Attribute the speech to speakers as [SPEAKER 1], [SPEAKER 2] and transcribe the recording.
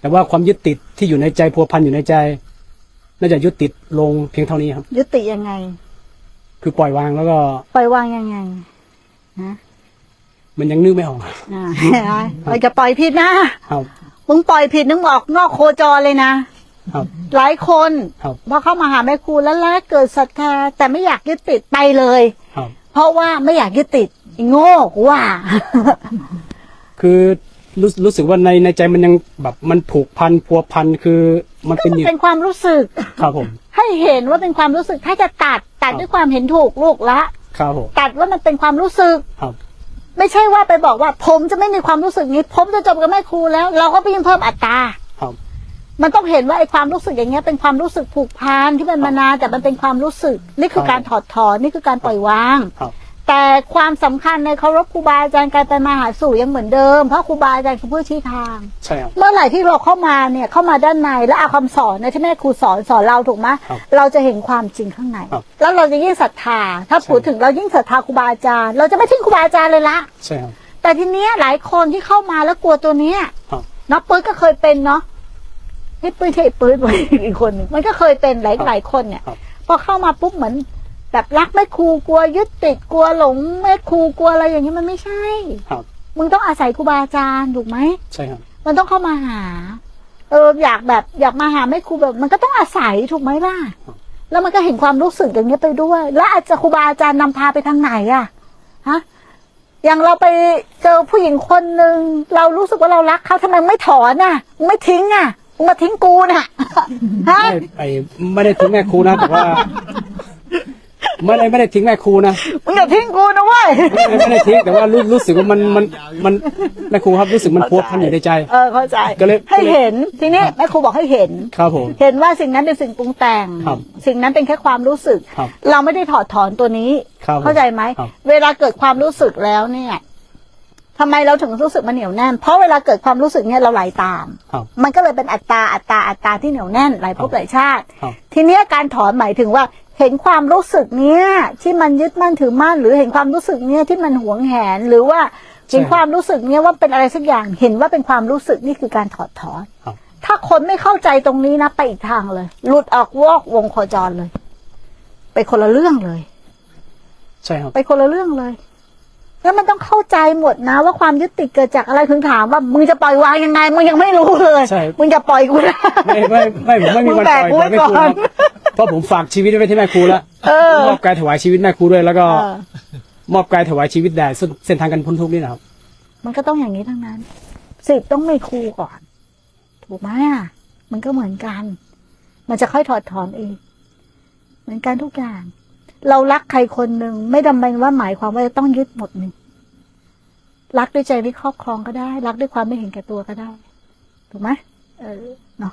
[SPEAKER 1] แต่ว่าความยึดติดที่อยู่ในใจพัวพันอยู่ในใจ น่าจะยุติดลงเพียงเท่านี้ครับ
[SPEAKER 2] ยุติยังไง
[SPEAKER 1] คือปล่อยวางแล้วก็
[SPEAKER 2] ปล่อยวางยังไงนะ
[SPEAKER 1] มันยังนึกไม่ออก ครับ
[SPEAKER 2] อ่าเราจะปล่อยผิดนะ
[SPEAKER 1] ครับ
[SPEAKER 2] มึงปล่อยผิดนึงออกนอกโคจรเลยนะ
[SPEAKER 1] ครับ
[SPEAKER 2] หลายคน
[SPEAKER 1] ครับ
[SPEAKER 2] พอเข้ามาหาแม่ครูแล้วแลกเกิดศรัทธาแต่ไม่อยากยึดติดไปเลย
[SPEAKER 1] ครับ
[SPEAKER 2] เพราะว่าไม่อยากยึดติดไอ้โง่กูว่า
[SPEAKER 1] คือรู้รู้สึกว่าในในใจมันยังแบบมันผูกพันพัวพันคือมัน
[SPEAKER 2] ก็
[SPEAKER 1] เป็น
[SPEAKER 2] มั
[SPEAKER 1] อ
[SPEAKER 2] น
[SPEAKER 1] ยู่
[SPEAKER 2] เป็นความรู้สึก
[SPEAKER 1] ครับผม
[SPEAKER 2] ให้เห็นว่าเป็นความรู้สึกถ้าจะตัดตัดด้วยความเห็นถูกลูกละ
[SPEAKER 1] ครับผม
[SPEAKER 2] ตัดว่ามันเป็นความรู้สึก
[SPEAKER 1] ครับ
[SPEAKER 2] ไม่ใช่ว่าไปบอกว่าผมจะไม่มีความรู้สึกนี้ ผมจะจบกับแม่ครูแล้ว เราก็ไปยิ่งเพิ่มอัตรา
[SPEAKER 1] ครับ
[SPEAKER 2] มันต้องเห็นว่าไอ้ความรู้สึกอย่างเงี้ยเป็นความรู้สึกผูกพันที่มันมานานแต่มันเป็นความรู้สึก นี่คือการถอดถอนนี่คือการปล่อยวาง
[SPEAKER 1] ครับ
[SPEAKER 2] แต่ความสำคัญในเคารพครูบาอาจารย์การไปมาหาสู่ยังเหมือนเดิมเพราะครูบาอาจารย์คือผู้ชี้ทาง
[SPEAKER 1] ใช่ครับ
[SPEAKER 2] เมื่อไหร่ที่เราเข้ามาเนี่ยเข้ามาด้านในแล้วเอาคำสอนนะที่แม่ครูสอนสอนเราถูกไหม
[SPEAKER 1] ครับ
[SPEAKER 2] เราจะเห็นความจริงข้างใน
[SPEAKER 1] ครับ
[SPEAKER 2] แล้วเราจะยิ่งศรัทธา ถ้า
[SPEAKER 1] ใช่
[SPEAKER 2] พูดถึงเรายิ่งศรัทธาครูบาอาจารย์ เราจะไม่ทิ้งครูบาอาจารย์เลยละ
[SPEAKER 1] ใช่ครับ
[SPEAKER 2] แต่ทีเนี้ยหลายคนที่เข้ามาแล้วกลัวตัวเนี้ย
[SPEAKER 1] ครับ
[SPEAKER 2] น้องปื้ดก็เคยเป็นเนาะนี่ปื้ดใช่ปื้ดไว้ยอีกคนหนึ่งมันก็เคยเป็นหลายหลายคนเนี่ย
[SPEAKER 1] ครับ
[SPEAKER 2] พอเข้ามาปุ๊บเหมือน แบบรักแม่ครูกลัวยึดติดกลัวหลงแม่ครูกลัวอะไรอย่างนี้มันไม่ใช่
[SPEAKER 1] ครับ
[SPEAKER 2] มึงต้องอาศัยครูบาอาจารย์ถูกไหม
[SPEAKER 1] ใช่ครับ
[SPEAKER 2] มันต้องเข้ามาหา เอออยากแบบอยากมาหาแม่ครูแบบ มันก็ต้องอาศัยถูกไหมล่ะ แล้วมันก็เห็นความรู้สึกอย่างเงี้ยไปด้วย แล้วอาจจะครูบาอาจารย์นำพาไปทางไหนอะฮะอย่างเราไปเจอผู้หญิงคนหนึ่งเรารู้สึกว่าเรารักเขาทำไมไม่ถอนอะไม่ทิ้งอะมึงมาทิ้งกูน่ะ ฮะ
[SPEAKER 1] ไม่ไอไม่ได้ทิ้งแม่ครูนะแต่ว่า ไม่ได้ไม่ได้ทิ้งแม่ครูนะ
[SPEAKER 2] มึงอย่าทิ้งกูนะเว้ย
[SPEAKER 1] ไม่ได้ไม่ได้ทิ้งแต่ว่ารู้รู้สึกว่ามันมันมันแม่ครูครับรู้สึกมันพัวพันอยู่ในใจ
[SPEAKER 2] เออเข้าใจ
[SPEAKER 1] ก็เลย
[SPEAKER 2] ให้เห็นทีนี้แม่ครูบอกให้เห็น
[SPEAKER 1] ครับผม
[SPEAKER 2] เห็นว่าสิ่งนั้นเป็นสิ่งปรุงแต่ง
[SPEAKER 1] ครับ
[SPEAKER 2] สิ่งนั้นเป็นแค่ความรู้สึก
[SPEAKER 1] ครับ
[SPEAKER 2] เราไม่ได้ถอดถอนตัวนี้
[SPEAKER 1] ครับผม
[SPEAKER 2] เข้าใจไหม
[SPEAKER 1] ครับ
[SPEAKER 2] เวลาเกิดความรู้สึกแล้วเนี่ยทำไมเราถึงรู้สึกมันเหนียวแน่น เพราะเวลาเกิดความรู้สึกเนี่ยเราไหลตาม
[SPEAKER 1] ครับ
[SPEAKER 2] มันก็เลยเป็นอัตราอัตราอัตราที่เหนียวแน่นหลายภพ
[SPEAKER 1] ครับ
[SPEAKER 2] หลายชาติ
[SPEAKER 1] ครับ
[SPEAKER 2] ทีเนี้ยการถอนหมายถึงว่า เห็นความรู้สึกเนี้ยที่มันยึดมั่นถือมั่น หรือเห็นความรู้สึกเนี้ยที่มันหวงแหน หรือว่าเห็นความรู้สึกเนี้ยว่าเป็นอะไรสักอย่าง เห็นว่าเป็นความรู้สึกนี่คือการถอดถอน
[SPEAKER 1] ครับ
[SPEAKER 2] ถ้าคนไม่เข้าใจตรงนี้นะไปอีกทางเลย หลุดออกวอกวงโคจรเลย ไปคนละเรื่องเลย
[SPEAKER 1] ใช่ครับ
[SPEAKER 2] ไปคนละเรื่องเลย แล้วมันต้องเข้าใจหมดนะ ว่าความยึดติดเกิดจากอะไรถึงถามว่ามึงจะปล่อยวางยังไงมึงยังไม่รู้เลยมึงจะปล่อยกูนะ
[SPEAKER 1] ไม่ไม่ไม่ผมไม่มีวันปล่อย
[SPEAKER 2] มึงแบกไว้
[SPEAKER 1] แม่ครู
[SPEAKER 2] ก่
[SPEAKER 1] ค
[SPEAKER 2] อ
[SPEAKER 1] รั
[SPEAKER 2] น
[SPEAKER 1] บเพราะผมฝากชีวิตไว้ที่แม่ครูแล้ว
[SPEAKER 2] เออ
[SPEAKER 1] มอบกายถวายชีวิตแม่ครูด้วยแล้วก็ มอบกายถวายชีวิตแด่เส้นเส้นทางการพ้นทุกข์นี่นะครับ
[SPEAKER 2] มันก็ต้องอย่างนี้ทั้งนั้นสิบต้องมีครูก่อน ถูกไหมอ่ะ มันก็เหมือนกัน มันจะค่อยถอดถอนเอง เหมือนกันทุกอย่าง เรารักใครคนหนึ่งไม่จำเป็นว่าหมายความว่าจะต้องยึดหมดนี่รักด้วยใจที่ครอบครองก็ได้ รักด้วยความไม่เห็นแก่ตัวก็ได้ ถูกไหมเออเนาะ